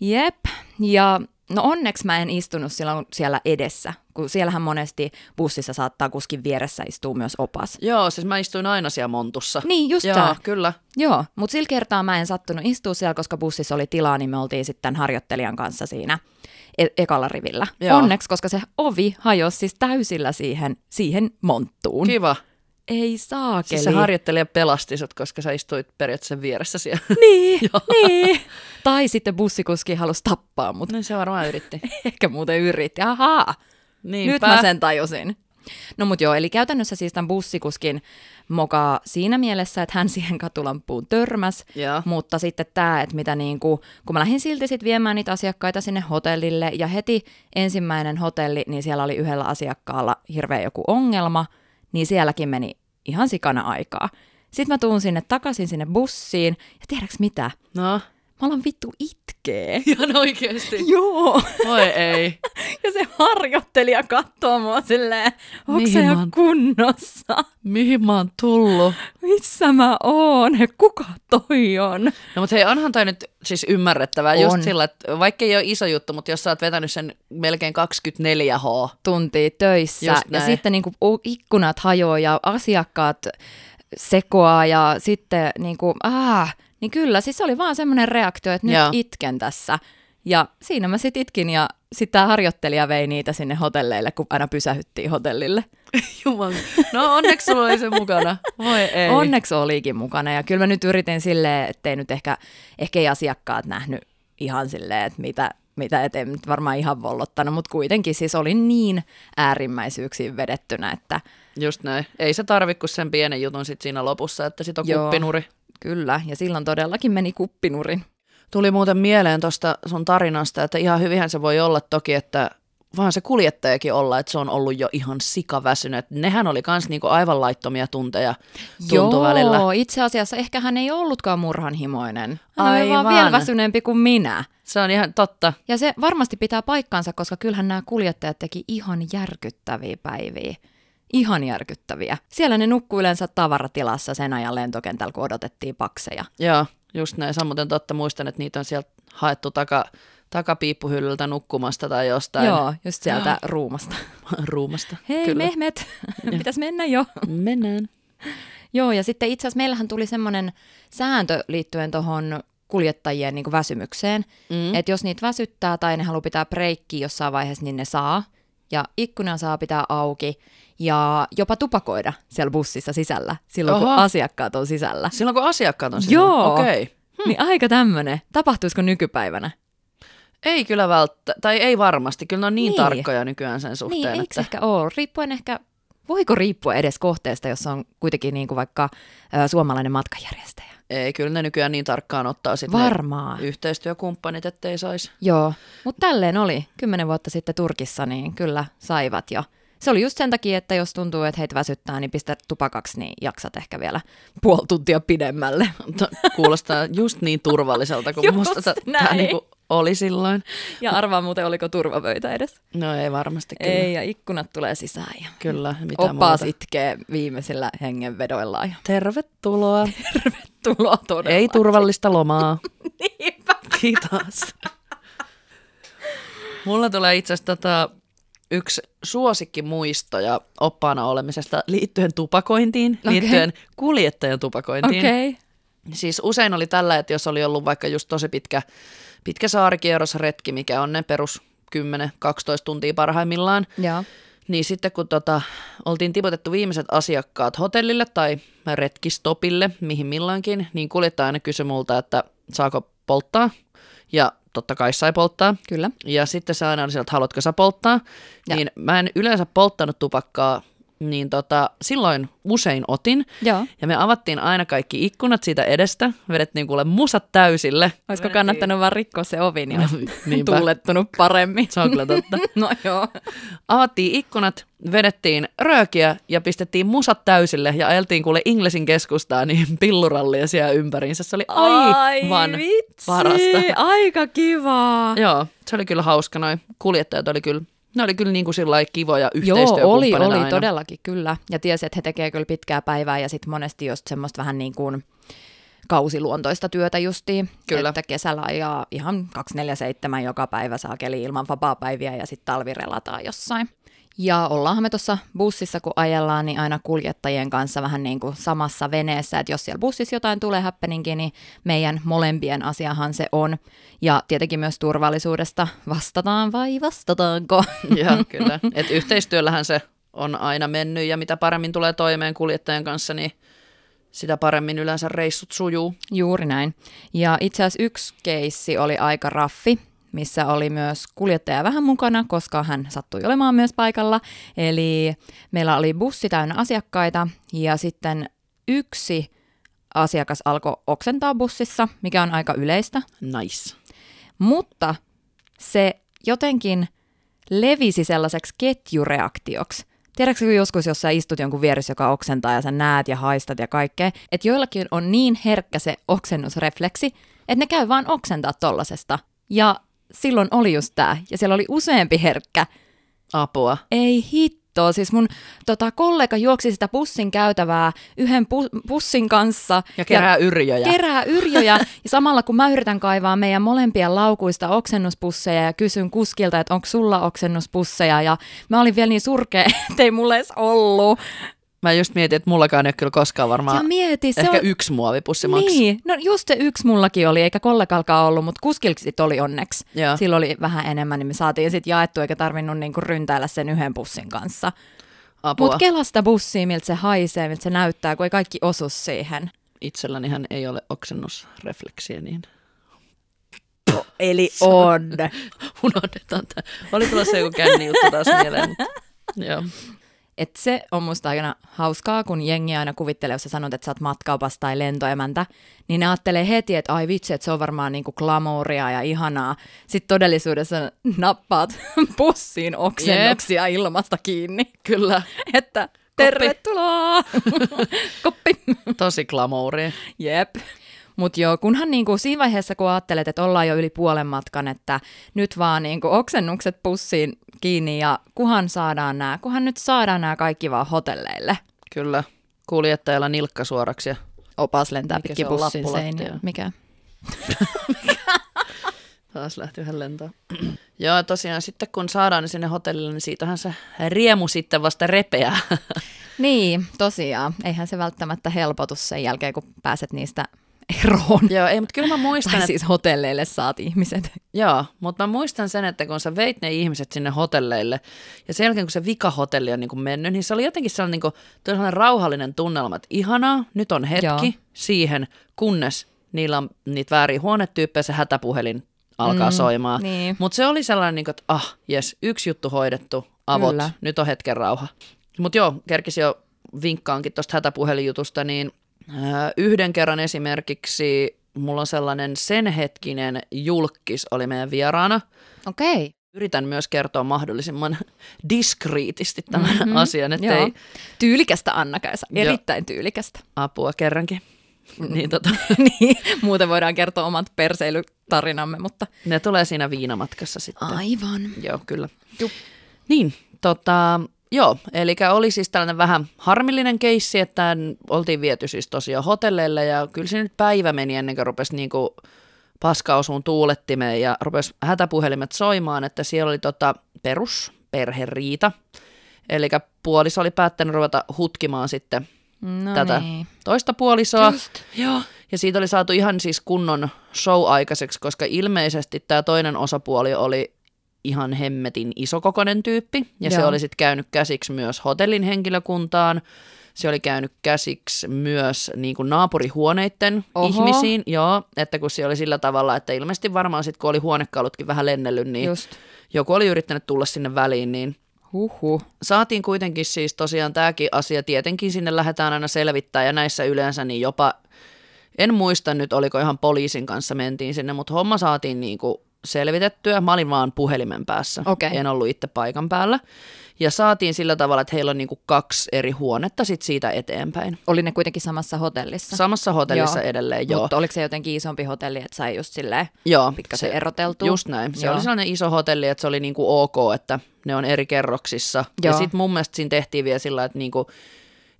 S1: Jep, ja no onneksi mä en istunut silloin siellä edessä, kun siellähän monesti bussissa saattaa kuskin vieressä istua myös opas.
S2: Joo, siis mä istuin aina siellä montussa.
S1: Niin, just
S2: Joo,
S1: tää.
S2: kyllä.
S1: Joo, mutta sillä kertaa mä en sattunut istua siellä, koska bussissa oli tilaa, niin me oltiin sitten harjoittelijan kanssa siinä e- ekalla rivillä.
S2: Joo.
S1: Onneksi, koska se ovi hajosi siis täysillä siihen, siihen monttuun.
S2: Kiva.
S1: Ei saakeli.
S2: Siis se harjoittelija pelasti sut, koska sä istuit periaatteessa vieressä siellä.
S1: Niin, niin. Tai sitten bussikuski halusi tappaa mut.
S2: Niin se varmaan yritti.
S1: Ehkä muuten yritti. Ahaa,
S2: Niinpä.
S1: nyt mä sen tajusin. No mut joo, eli käytännössä siis tämän bussikuskin mokaa siinä mielessä, että hän siihen katulampuun törmäs,
S2: Joo.
S1: mutta sitten tämä, että mitä niin kuin, kun mä lähdin silti sitten viemään niitä asiakkaita sinne hotellille ja heti ensimmäinen hotelli, niin siellä oli yhdellä asiakkaalla hirveä joku ongelma, niin sielläkin meni ihan sikana aikaa. Sitten mä tuun sinne takaisin sinne bussiin ja tiedäks mitä?
S2: No.
S1: Mä alan vittu itkee.
S2: Ihan oikeesti.
S1: Joo.
S2: Voi ei.
S1: Ja se harjoittelija katsoo mua silleen, onko
S2: Mihin
S1: se
S2: mä
S1: ihan
S2: oon-
S1: kunnossa?
S2: Mihin mä oon tullut?
S1: Missä mä oon? Ja kuka toi on?
S2: No mutta hei, onhan toi nyt siis ymmärrettävää on.
S1: On.
S2: just sillä, että vaikka ei ole iso juttu, mutta jos sä oot vetänyt sen melkein 24H.
S1: Tuntia töissä
S2: Just
S1: ja
S2: näin.
S1: sitten niin kuin, ikkunat hajoaa ja asiakkaat sekoaa ja sitten niin kuin, aah, niin kyllä, siis se oli vaan semmoinen reaktio, että nyt
S2: Joo.
S1: itken tässä. Ja siinä mä sit itkin ja sitten tämä harjoittelija vei niitä sinne hotelleille, kun aina pysähyttiin hotellille.
S2: Jumal. No onneksi sulla oli se mukana. Voi ei.
S1: Onneksi olikin mukana ja kyllä mä nyt yritin silleen, ettei nyt ehkä, ehkä ei asiakkaat nähnyt ihan silleen, että mitä, mitä et en nyt varmaan ihan vollottanut, mutta kuitenkin siis olin niin äärimmäisyyksiin vedettynä, että
S2: Just näin. Ei se tarvi kuin sen pienen jutun sit siinä lopussa, että sit on
S1: Joo.
S2: kuppinuri.
S1: kyllä, ja silloin todellakin meni kuppinurin.
S2: Tuli muuten mieleen tuosta sun tarinasta, että ihan hyvihän se voi olla toki, että vaan se kuljettajakin olla, että se on ollut jo ihan sikaväsynyt. Et Nehän oli kans niinku aivan laittomia tunteja tuntui välillä.
S1: Joo, itse asiassa ehkä hän ei ollutkaan murhanhimoinen. Hän oli vaan
S2: Aivan.
S1: vielä väsyneempi kuin minä.
S2: Se on ihan totta.
S1: Ja se varmasti pitää paikkansa, koska kyllähän nämä kuljettajat teki ihan järkyttäviä päiviä. Ihan järkyttäviä. Siellä ne nukkui yleensä tavaratilassa sen ajan lentokentällä, kun odotettiin pakseja.
S2: Joo, just näin. Samoin totta muistan, että niitä on sieltä haettu taka, takapiippuhyllyltä nukkumasta tai jostain
S1: Joo, just sieltä ruumasta.
S2: ruumasta.
S1: Hei Kyllä. Mehmet, Niin. pitäisi mennä jo.
S2: Mennään.
S1: Joo, ja sitten itse asiassa meillähän tuli semmoinen sääntö liittyen tuohon kuljettajien niin väsymykseen, mm. että jos niitä väsyttää tai ne haluaa pitää breikkiä jossain vaiheessa, niin ne saa. Ja ikkuna saa pitää auki ja jopa tupakoida siellä bussissa sisällä, silloin kun
S2: Oho.
S1: asiakkaat on sisällä.
S2: Silloin kun asiakkaat on siellä.
S1: Joo.
S2: Okei. Okay.
S1: Hmm. Niin aika tämmönen. Tapahtuisiko nykypäivänä?
S2: Ei kyllä välttä, tai ei varmasti. Kyllä ne on niin,
S1: Niin.
S2: tarkkoja nykyään sen suhteen.
S1: Niin, eikö
S2: että...
S1: ehkä ole? Riippuen ehkä, voiko riippua edes kohteesta, jos on kuitenkin niin kuin vaikka ö, suomalainen matkajärjestäjä?
S2: Ei, kyllä ne nykyään niin tarkkaan ottaa sitten
S1: Varmaan.
S2: yhteistyökumppanit, ettei saisi.
S1: Joo, mutta tälleen oli. Kymmenen vuotta sitten Turkissa, niin kyllä saivat jo. Se oli just sen takia, että jos tuntuu, että heitä väsyttää, niin pistä tupakaksi, niin jaksat ehkä vielä puoli tuntia pidemmälle.
S2: No, Kuulostaa just niin turvalliselta kuin
S1: Just
S2: musta tämä
S1: näin.
S2: niinku oli silloin.
S1: Ja arvaa muuten, oliko turvavöitä edes.
S2: No ei varmasti kyllä.
S1: Kyllä. Ei, ja ikkunat tulee sisään ja
S2: Kyllä, mitä
S1: oppaas
S2: muuta.
S1: itkee viimeisillä hengenvedoillaan. Ja
S2: Tervetuloa.
S1: tuloa todella.
S2: Ei turvallista lomaa.
S1: Niinpä.
S2: Kiitos. Mulla tulee itse asiassa tota, yksi suosikkimuistoja oppaana olemisesta liittyen tupakointiin,
S1: Okei.
S2: liittyen kuljettajan tupakointiin.
S1: Okei. Okay.
S2: Siis usein oli tällä, että jos oli ollut vaikka just tosi pitkä, pitkä saarikierrosretki, mikä on ne perus 10-12 tuntia parhaimmillaan,
S1: Joo.
S2: niin sitten kun tota, oltiin tiputettu viimeiset asiakkaat hotellille tai retkistopille, mihin milloinkin, niin kuljettaja aina kysyi multa, että saako polttaa. Ja totta kai sai polttaa.
S1: Kyllä.
S2: Ja sitten se aina oli sieltä, että haluatko sä polttaa.
S1: Ja.
S2: Ja. Niin mä en yleensä polttanut tupakkaa, niin tota, silloin usein otin.
S1: Joo.
S2: Ja me avattiin aina kaikki ikkunat siitä edestä, vedettiin kuule musat täysille.
S1: Olisiko kannattanut vaan rikkoa se ovi, niin olisi
S2: niinpä.
S1: tuulettunut paremmin.
S2: Se on kyllä totta.
S1: no joo.
S2: Avattiin ikkunat, vedettiin röökiä ja pistettiin musat täysille ja ajeltiin kuule Inglesin keskustaa niin pillurallia siellä ympäriinsä. Se oli aivan
S1: vitsi,
S2: parasta.
S1: aika kivaa.
S2: Joo, se oli kyllä hauska. Noi kuljettajat oli kyllä, ne oli kyllä niin kuin sillä lailla kivoja
S1: Joo, oli,
S2: yhteistyökumppaneina
S1: oli
S2: aina.
S1: todellakin kyllä. Ja tiesi, että he tekee kyllä pitkää päivää ja sitten monesti just semmoista vähän niin kuin kausiluontoista työtä justiin.
S2: Kyllä.
S1: Että kesällä ajaa ihan 247 joka päivä saa keli ilman vapaapäiviä ja sitten talvirelataan jossain. Ja ollaanhan me tuossa bussissa, kun ajellaan, niin aina kuljettajien kanssa vähän niin kuin samassa veneessä, että jos siellä bussissa jotain tulee häppeninkin, niin meidän molempien asiahan se on. Ja tietenkin myös turvallisuudesta vastataan vai vastataanko?
S2: Joo, kyllä. Et yhteistyöllähän se on aina mennyt ja mitä paremmin tulee toimeen kuljettajan kanssa, niin sitä paremmin yleensä reissut sujuu.
S1: Juuri näin. Ja itse asiassa yksi keissi oli aika raffi. missä oli myös kuljettaja vähän mukana, koska hän sattui olemaan myös paikalla. Eli meillä oli bussi täynnä asiakkaita ja sitten yksi asiakas alkoi oksentaa bussissa, mikä on aika yleistä.
S2: Nice.
S1: Mutta se jotenkin levisi sellaiseksi ketjureaktioksi. Tiedätkö, kun joskus, jos sä istut jonkun vieressä, joka oksentaa ja sä näet ja haistat ja kaikkea, että joillakin on niin herkkä se oksennusrefleksi, että ne käy vaan oksentaa tollasesta. Ja silloin oli just tää, ja siellä oli useampi herkkä.
S2: Apua.
S1: Ei hittoa, siis mun tota, kollega juoksi sitä pussin käytävää yhden pu- pussin kanssa.
S2: Ja kerää yrjöjä.
S1: Kerää yrjöjä ja samalla kun mä yritän kaivaa meidän molempien laukuista oksennuspusseja ja kysyn kuskilta, että onko sulla oksennuspusseja ja mä olin vielä niin surkea, ettei mulla edes ollut.
S2: Mä just mietin, että mullakaan ei ole kyllä koskaan
S1: ja
S2: varmaan
S1: mieti, se
S2: ehkä
S1: on...
S2: yksi muovipussi maksaa.
S1: Niin, no just se yksi mullakin oli, eikä kollegalkaan ollut, mutta kuskilta sit oli onneksi.
S2: Joo.
S1: Sillä oli vähän enemmän, niin me saatiin sitten jaettu, eikä tarvinnut niinku ryntäillä sen yhden pussin kanssa.
S2: Apua.
S1: Mutta kelasta bussiin, miltä se haisee, miltä se näyttää, kun ei kaikki osu siihen.
S2: Itsellänihän ei ole oksennusrefleksiä, niin
S1: Eli on.
S2: unohdetaan tämä. Oli tulossa joku känni juttu taas mieleen, mutta joo.
S1: Et se on musta aina hauskaa, kun jengi aina kuvittelee, jos sä sanot, että sä oot matkaupas tai lentoemäntä, niin ne ajattelee heti, että ai vitsi, että se on varmaan niinku glamouria ja ihanaa. Sitten todellisuudessa nappaat pussiin oksennuksia Jep. ilmasta kiinni.
S2: Kyllä,
S1: Että tervetuloa! Koppi!
S2: tosi glamouri.
S1: Jep. Mutta joo, kunhan niinku siinä vaiheessa, kun ajattelet, että ollaan jo yli puolen matkan, että nyt vaan niinku oksennukset pussiin kiinni ja kuhan saadaan nämä, kuhan nyt saadaan nämä kaikki vaan hotelleille.
S2: Kyllä, kuljettajalla nilkka suoraksi ja
S1: Opas lentää
S2: Mikä
S1: pitkin
S2: se on,
S1: bussin
S2: lappulahti,
S1: seiniä.
S2: joo?
S1: Mikä?
S2: taas lähti yhden lentoon. joo, tosiaan sitten kun saadaan ne sinne hotellille, niin siitähän se riemu sitten vasta repeää.
S1: Niin, tosiaan. Eihän se välttämättä helpotu sen jälkeen, kun pääset niistä eroon.
S2: joo, ei, mutta kyllä mä muistan,
S1: Tai
S2: että
S1: siis hotelleille saat ihmiset.
S2: Joo, mutta mä muistan sen, että kun sä veit ne ihmiset sinne hotelleille ja sen jälkeen kun se vikahotelli on niin kuin mennyt, niin se oli jotenkin sellainen, niin kuin, tuli sellainen rauhallinen tunnelma, että ihanaa, nyt on hetki
S1: Joo.
S2: siihen, kunnes niillä on niitä vääriä huonetyyppejä, se hätäpuhelin alkaa mm, soimaan.
S1: niin.
S2: Mutta se oli sellainen, niin kuin, että ah, jes, yksi juttu hoidettu, avot,
S1: Kyllä.
S2: nyt on hetken rauha. Mutta joo, kerkisi jo vinkkaankin tuosta hätäpuhelinjutusta, niin ää, yhden kerran esimerkiksi mulla on sellainen sen hetkinen julkis oli meidän vieraana.
S1: Okei. Okay.
S2: Yritän myös kertoa mahdollisimman diskriitisti tämän mm-hmm. asian,
S1: Joo.
S2: ettei
S1: Tyylikästä Anna Kaisa.
S2: Joo.
S1: Erittäin tyylikästä.
S2: apua kerrankin. Niin tota,
S1: niin, muuten voidaan kertoa omat perseilytarinamme, mutta...
S2: ne tulee siinä viinamatkassa sitten.
S1: Aivan.
S2: Mm, Joo, kyllä.
S1: Jup.
S2: Niin, tota, joo, eli oli siis tällainen vähän harmillinen keissi, että oltiin viety siis tosiaan hotelleille ja kyllä se nyt päivä meni ennen kuin rupesi niinku paska osuun tuulettimeen ja rupesi hätäpuhelimet soimaan, että siellä oli tota perus perheriita. Eli puoliso oli päättänyt ruveta hutkimaan sitten
S1: No
S2: tätä
S1: niin.
S2: toista puolisoa.
S1: Just.
S2: Joo. Ja siitä oli saatu ihan siis kunnon show aikaiseksi, koska ilmeisesti tämä toinen osapuoli oli ihan hemmetin isokokoinen tyyppi. Ja Joo. se
S1: Joo.
S2: oli sitten käynyt käsiksi myös hotellin henkilökuntaan. Se oli käynyt käsiksi myös niin kuin naapurihuoneiden
S1: Oho.
S2: ihmisiin. Joo, että kun se oli sillä tavalla, että ilmeisesti varmaan sitten kun oli huonekalutkin vähän lennellyt, niin Just.
S1: Just.
S2: joku oli yrittänyt tulla sinne väliin, niin
S1: Huhhuh.
S2: saatiin kuitenkin siis tosiaan tämäkin asia, tietenkin sinne lähdetään aina selvittää ja näissä yleensä niin jopa, en muista nyt oliko ihan poliisin kanssa mentiin sinne, mutta homma saatiin niin kuin selvitettyä. Mä olin vaan puhelimen päässä,
S1: Okei.
S2: en ollut itse paikan päällä. Ja saatiin sillä tavalla, että heillä on niin kuin kaksi eri huonetta sit siitä eteenpäin.
S1: Oli ne kuitenkin samassa hotellissa.
S2: Samassa hotellissa
S1: Joo. No
S2: edelleen, joo.
S1: Mutta oliko se jotenkin isompi hotelli, että sai just silleen
S2: joo
S1: pikkasen se, eroteltua?
S2: Just näin. Se
S1: Joo.
S2: oli sellainen iso hotelli, että se oli niin kuin ok, että ne on eri kerroksissa. Joo. Ja
S1: Joo.
S2: sitten mun mielestä siinä tehtiin vielä sillä, että niin kuin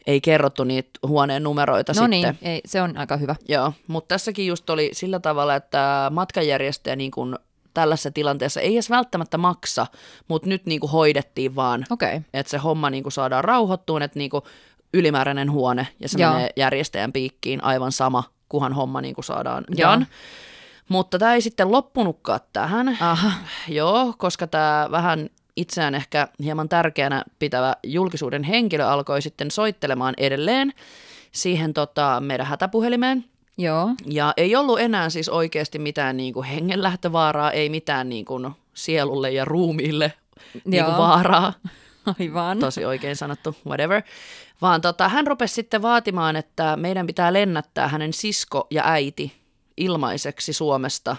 S2: ei kerrottu niitä huoneen numeroita
S1: No
S2: sitten.
S1: niin, ei, se on aika hyvä.
S2: Joo, mutta tässäkin just oli sillä tavalla, että matkanjärjestäjä niin kuin tällaisessa tilanteessa ei edes välttämättä maksa, mutta nyt niin kuin hoidettiin vaan,
S1: Okei. Okay.
S2: että se homma niin kuin saadaan rauhoittuun, että niin kuin ylimääräinen huone ja se
S1: Joo.
S2: menee järjestäjän piikkiin aivan sama, kunhan homma niin kuin saadaan
S1: Joo.
S2: done. Mutta tämä ei sitten loppunutkaan tähän.
S1: Aha.
S2: Joo, koska tämä vähän itseään ehkä hieman tärkeänä pitävä julkisuuden henkilö alkoi sitten soittelemaan edelleen siihen tota, meidän hätäpuhelimeen.
S1: Joo.
S2: Ja ei ollut enää siis oikeasti mitään niin kuin hengenlähtövaaraa, ei mitään niin kuin sielulle ja ruumiille niin kuin
S1: Joo.
S2: vaaraa.
S1: Aivan.
S2: Mm-hmm. Tosi oikein sanottu, whatever. Vaan tota, hän rupesi sitten vaatimaan, että meidän pitää lennättää hänen sisko ja äiti ilmaiseksi Suomesta.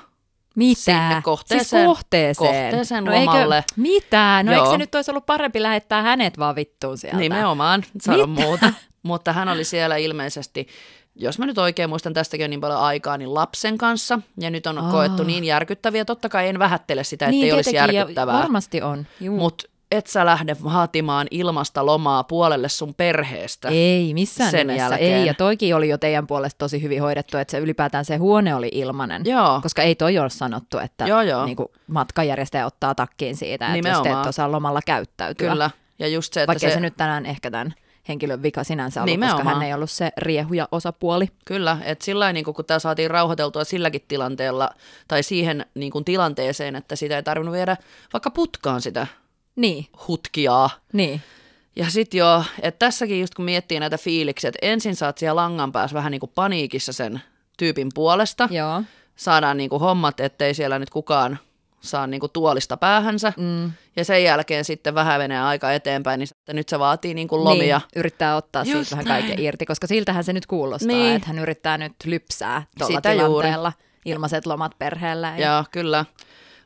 S1: Mitä?
S2: sinne kohteeseen-
S1: Siis kohteeseen.
S2: kohteeseen
S1: no
S2: lomalle.
S1: Eikö, mitä? No
S2: Joo.
S1: eikö se nyt olisi ollut parempi lähettää hänet vaan vittuun sieltä?
S2: Nimenomaan, sano muuta. Mutta hän oli siellä ilmeisesti, jos mä nyt oikein muistan tästäkin on niin paljon aikaa, niin lapsen kanssa. Ja nyt on
S1: Aa.
S2: koettu niin järkyttäviä. Totta kai en vähättele sitä, että
S1: niin,
S2: ei olisi
S1: tietenkin, ja
S2: järkyttävää.
S1: Varmasti on. Juu.
S2: Mutta et sä lähde vaatimaan ilmasta lomaa puolelle sun perheestä.
S1: Ei missään
S2: sen
S1: nimessä.
S2: jälkeen.
S1: Ei, ja toikin oli jo teidän puolesta tosi hyvin hoidettu, että se ylipäätään se huone oli ilmanen.
S2: Joo.
S1: Koska ei toi ole sanottu, että
S2: Joo, joo.
S1: Niin kuin matkajärjestäjä ottaa takkiin siitä, että jos te
S2: Nimenomaan.
S1: et osaa lomalla käyttäytyä.
S2: Kyllä. Ja just se, että
S1: Vaikka se... se nyt tänään ehkä tämän henkilön vika sinänsä ollut, koska
S2: Nimenomaan.
S1: hän ei ollut se riehuja osapuoli.
S2: Kyllä, että sillä niin kun tämä saatiin rauhoiteltua silläkin tilanteella tai siihen niin kun tilanteeseen, että sitä ei tarvinnut viedä vaikka putkaan sitä
S1: Niin,
S2: hutkiaa.
S1: niin.
S2: Ja sitten joo, että tässäkin just kun miettii näitä fiiliksiä, että ensin saat siellä langan päässä vähän niin kuin paniikissa sen tyypin puolesta.
S1: Joo.
S2: Saadaan niin kuin hommat, ettei siellä nyt kukaan saa niin kuin tuolista päähänsä.
S1: Mm.
S2: Ja sen jälkeen sitten vähän menee aika eteenpäin, niin että nyt se vaatii niin kuin lomia.
S1: Niin, yrittää ottaa
S2: Just
S1: siitä vähän kaiken irti, koska siltähän se nyt kuulostaa,
S2: Niin.
S1: että hän yrittää nyt lypsää tuolla
S2: Sitä juuri.
S1: tilanteella ilmaiset lomat perheellä.
S2: Ja kyllä,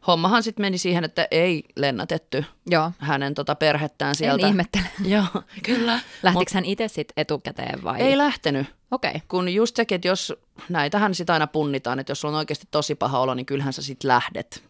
S2: hommahan sitten meni siihen, että ei lennätetty
S1: Joo.
S2: hänen tota perhettään sieltä.
S1: En ihmettele.
S2: Joo, kyllä.
S1: Lähtikö hän itse sitten etukäteen vai?
S2: Ei lähtenyt.
S1: Okei. Okay.
S2: Kun just sekin, että jos näitähän sitä aina punnitaan, että jos sulla on oikeasti tosi paha olo, niin kyllähän sä sit lähdet.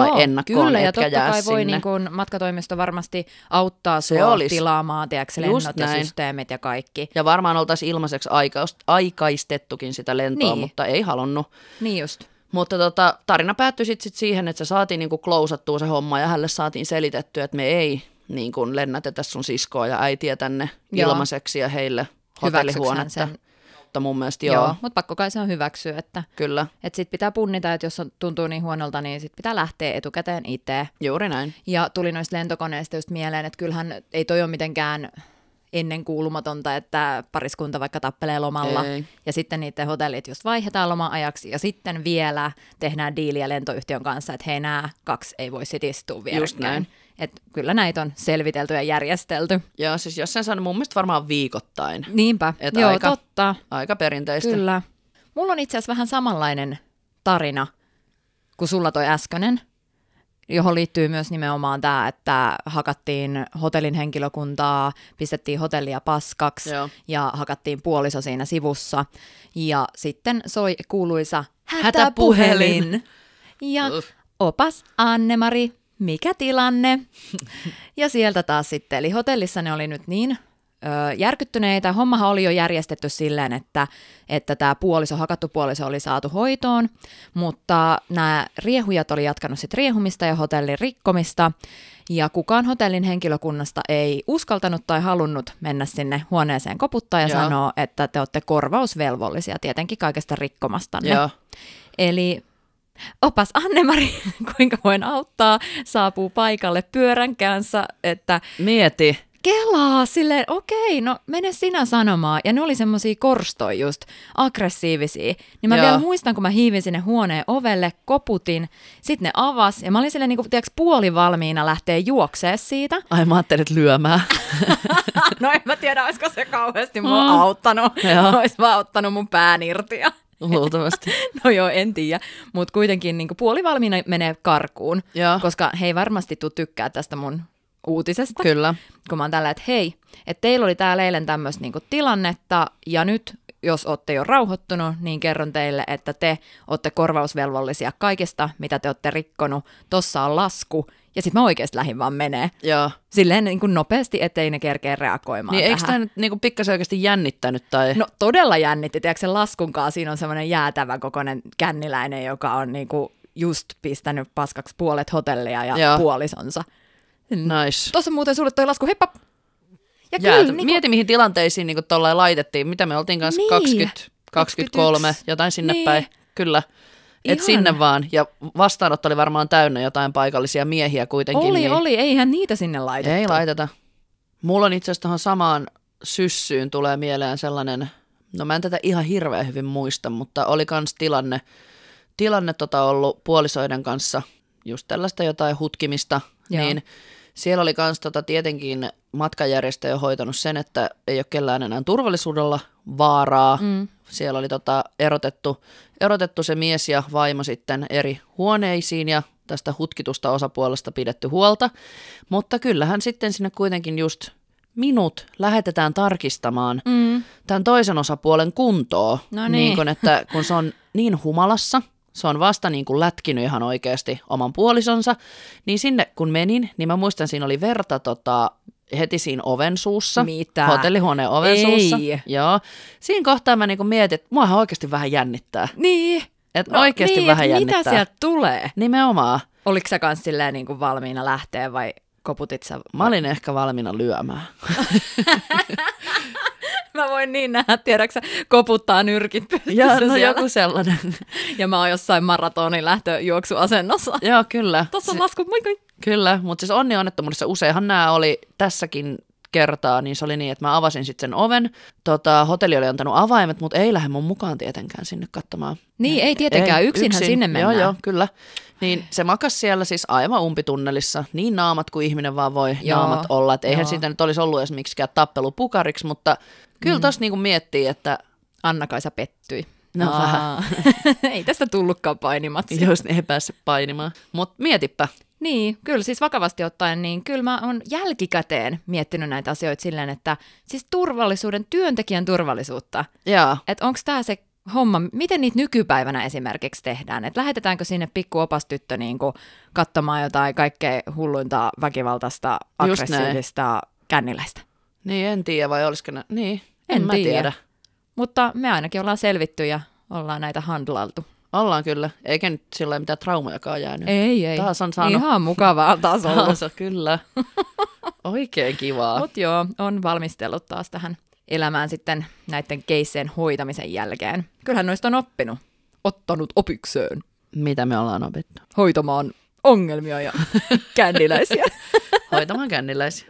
S2: Ai, ennakkoon,
S1: kyllä, ja
S2: etkä
S1: totta
S2: jää
S1: kai voi
S2: sinne.
S1: niin kun, matkatoimisto varmasti auttaa
S2: Se
S1: sua
S2: olis.
S1: tilaamaan, tiedätkö,
S2: Just
S1: lennot ja
S2: näin.
S1: systeemit ja kaikki.
S2: Ja varmaan oltaisiin ilmaiseksi aikaus- aikaistettukin sitä lentoa,
S1: Niin.
S2: mutta ei halunnut.
S1: Niin just.
S2: Mutta tota, tarina päättyi sitten sit siihen, että se saatiin niinku klousattua se homma ja hänelle saatiin selitettyä, että me ei niin kuin lennätetä sun siskoa ja äitiä tänne
S1: Joo.
S2: ilmaiseksi ja heille
S1: Hyväksyks hän
S2: hotellihuonetta.
S1: sen?
S2: Mutta mun mielestä
S1: Joo.
S2: joo,
S1: Joo
S2: joo.
S1: Mutta pakko kai se on hyväksyä, että
S2: kyllä,
S1: et sit pitää punnita, että jos on, tuntuu niin huonolta, niin sit pitää lähteä etukäteen itse.
S2: juuri näin.
S1: Ja tuli noista lentokoneista just mieleen, että kyllähän ei toi ole mitenkään ennen kuulumatonta, että pariskunta vaikka tappelee lomalla
S2: Ei.
S1: ja sitten niiden hotellit just vaihdetaan loman-ajaksi ja sitten vielä tehdään diiliä lentoyhtiön kanssa, että hei nämä kaksi ei voi sit istua vierekkäin.
S2: näin.
S1: Et kyllä näitä on selvitelty ja järjestelty.
S2: Ja siis jossain sanon mun mielestä varmaan viikoittain.
S1: Niinpä,
S2: Et
S1: joo
S2: aika
S1: totta,
S2: Aika perinteistä.
S1: kyllä. Mulla on itse asiassa vähän samanlainen tarina kuin sulla toi äskönen, johon liittyy myös nimenomaan tämä, että hakattiin hotellin henkilökuntaa, pistettiin hotellia paskaksi
S2: Joo.
S1: ja hakattiin puoliso siinä sivussa. Ja sitten soi kuuluisa
S2: Hätäpuhelin.
S1: hätäpuhelin. Ja
S2: Uh.
S1: opas Annemari, mikä tilanne? Ja sieltä taas sitten, eli hotellissa ne oli nyt niin ö, järkyttyneitä. Hommahan oli jo järjestetty silleen, että että tämä puoliso, hakattu puoliso oli saatu hoitoon, mutta nämä riehujat oli jatkanut sit riehumista ja hotellin rikkomista, ja kukaan hotellin henkilökunnasta ei uskaltanut tai halunnut mennä sinne huoneeseen koputtaa ja
S2: Joo.
S1: sanoa, että te olette korvausvelvollisia tietenkin kaikesta rikkomastanne.
S2: Joo.
S1: Eli opas Annemari, kuinka voin auttaa, saapuu paikalle pyörän kanssa, että
S2: Mieti.
S1: kelaa silleen, okei, no mene sinä sanomaan. Ja ne oli semmosia korstoi just, aggressiivisia. Niin mä
S2: Joo.
S1: Joo. vielä muistan, kun mä hiivin sinne huoneen ovelle, koputin, sitten ne avas. Ja mä olin silleen niinku, tiiäks, puolivalmiina lähtee juoksee siitä.
S2: Ai mä ajattelin, että lyömään.
S1: no en mä tiedä, olisiko se kauheasti mua
S2: Mm.
S1: mm. auttanut.
S2: Joo.
S1: Ois vaan ottanut mun pään irti ja
S2: Luultavasti.
S1: No joo, en tiedä, mutta kuitenkin niin puolivalmiina menee karkuun,
S2: Joo.
S1: koska he ei varmasti tuu tykkää tästä mun uutisesta,
S2: Kyllä.
S1: kun mä oon tällä, että hei, että teillä oli täällä eilen tämmöistä niin tilannetta ja nyt jos olette jo rauhoittunut, niin kerron teille, että te olette korvausvelvollisia kaikesta, mitä te olette rikkonut. Tossa on lasku ja sitten mä oikeasti lähin vaan menee.
S2: Joo.
S1: Silleen niin kuin nopeasti, ettei ne kerkeä reagoimaan
S2: Niin eikö
S1: tähän.
S2: tämä nyt niinku pikkasen oikeasti jännittänyt tai...
S1: No todella jännitti, tiedätkö sen laskunkaan, siinä on semmoinen jäätävän kokoinen känniläinen, joka on niinku just pistänyt paskaksi puolet hotellia ja
S2: Joo.
S1: Joo. puolisonsa.
S2: Nice.
S1: Tuossa on muuten sulle toi lasku, heippa! Ja
S2: Jäätä.
S1: kyllä, niinku,
S2: Mieti mihin tilanteisiin niinku tollain laitettiin. Mitä me oltiin kanssa?
S1: Niin.
S2: 20, 23,
S1: 21.
S2: jotain sinne
S1: Niin.
S2: päin. Kyllä. Et
S1: Ihan.
S2: sinne vaan. Ja vastaanotto oli varmaan täynnä jotain paikallisia miehiä kuitenkin.
S1: oli,
S2: niin
S1: oli, eihän niitä sinne laitettu.
S2: Ei laiteta. Mulla on itse asiassa tuohon samaan syssyyn tulee mieleen sellainen No mä en tätä ihan hirveän hyvin muista, mutta oli kans tilanne, tilanne tota ollut puolisoiden kanssa just tällaista jotain hutkimista,
S1: Joo.
S2: Joo. niin siellä oli kans tota tietenkin matkajärjestäjä hoitanut sen, että ei ole kellään enää turvallisuudella vaaraa.
S1: Mm.
S2: Siellä oli tota erotettu, erotettu se mies ja vaimo sitten eri huoneisiin ja tästä hutkitusta osapuolesta pidetty huolta. Mutta kyllähän sitten sinne kuitenkin just minut lähetetään tarkistamaan
S1: Mm.
S2: tämän toisen osapuolen kuntoa.
S1: No niin.
S2: kun, että kun se on niin humalassa, se on vasta niin kuin lätkinyt ihan oikeasti oman puolisonsa, niin sinne kun menin, niin mä muistan siinä oli verta tota, heti siinä oven suussa.
S1: Mitä?
S2: Hotellihuoneen oven
S1: Ei.
S2: suussa. Joo. Siinä kohtaa mä niin kuin mietin, että muahan oikeasti vähän jännittää.
S1: Niin.
S2: Että oikeasti
S1: niin,
S2: vähän
S1: et
S2: jännittää.
S1: Mitä sieltä tulee?
S2: Nimenomaan.
S1: Oliko sä kans silleen niin kuin valmiina lähteä vai koputit sä?
S2: Mä olin ehkä valmiina lyömään.
S1: Mä voin niin nähdä, tiedäksä, koputtaa nyrkit
S2: Ja,
S1: pöytässä
S2: no
S1: siellä.
S2: joku sellainen.
S1: Ja mä oon jossain maratonin lähtöjuoksuasennossa.
S2: Joo, kyllä.
S1: Tossa on lasku, moi moi.
S2: Kyllä, mutta siis onni onnettomuudessa useinhan nämä oli tässäkin kertaa, niin se oli niin, että mä avasin sitten sen oven. Tota, hotelli oli antanut avaimet, mutta ei lähde mun mukaan tietenkään sinne katsomaan.
S1: Niin, ei tietenkään,
S2: Ei,
S1: yksinhän sinne mennään.
S2: Joo, joo, kyllä. Niin se makas siellä siis aivan umpitunnelissa, niin naamat kuin ihminen vaan voi
S1: Joo,
S2: joo, naamat olla. Et eihän
S1: joo.
S2: siitä nyt olisi ollut edes miksikään tappelu pukariksi, mutta kyllä mm. tossa niinku miettii, että
S1: Anna-Kaisa pettyi.
S2: No
S1: Aa.
S2: vähän.
S1: ei tästä tullutkaan painimatsi.
S2: jos ei pääse painimaan. Mutta mietipä,
S1: Niin, kyllä siis vakavasti ottaen, niin kyllä mä oon jälkikäteen miettinyt näitä asioita silleen, että siis turvallisuuden, työntekijän turvallisuutta.
S2: jaa,
S1: Että onko tämä se homma, miten niitä nykypäivänä esimerkiksi tehdään? Että lähetetäänkö sinne pikku opastyttö niin katsomaan jotain kaikkea hulluinta, väkivaltaista,
S2: näin.
S1: aggressiivista känniläistä?
S2: niin en tiedä vai olisiko nä- niin, en,
S1: En
S2: mä
S1: tiedä.
S2: tiedä.
S1: Mutta me ainakin ollaan selvitty ja ollaan näitä handlaltu.
S2: Ollaan kyllä, eikä nyt sillä lailla mitään traumajakaan jäänyt.
S1: Ei, ei.
S2: Taas on saanut.
S1: Ihan mukavaa taas ollut.
S2: Taas on kyllä. Oikein kivaa.
S1: Mutta joo, on valmistellut taas tähän elämään sitten näiden keisseen hoitamisen jälkeen. Kyllähän noista on oppinut. Ottanut opikseen
S2: Mitä me ollaan opittu?
S1: hoitamaan ongelmia ja känniläisiä.
S2: Hoitamaan känniläisiä.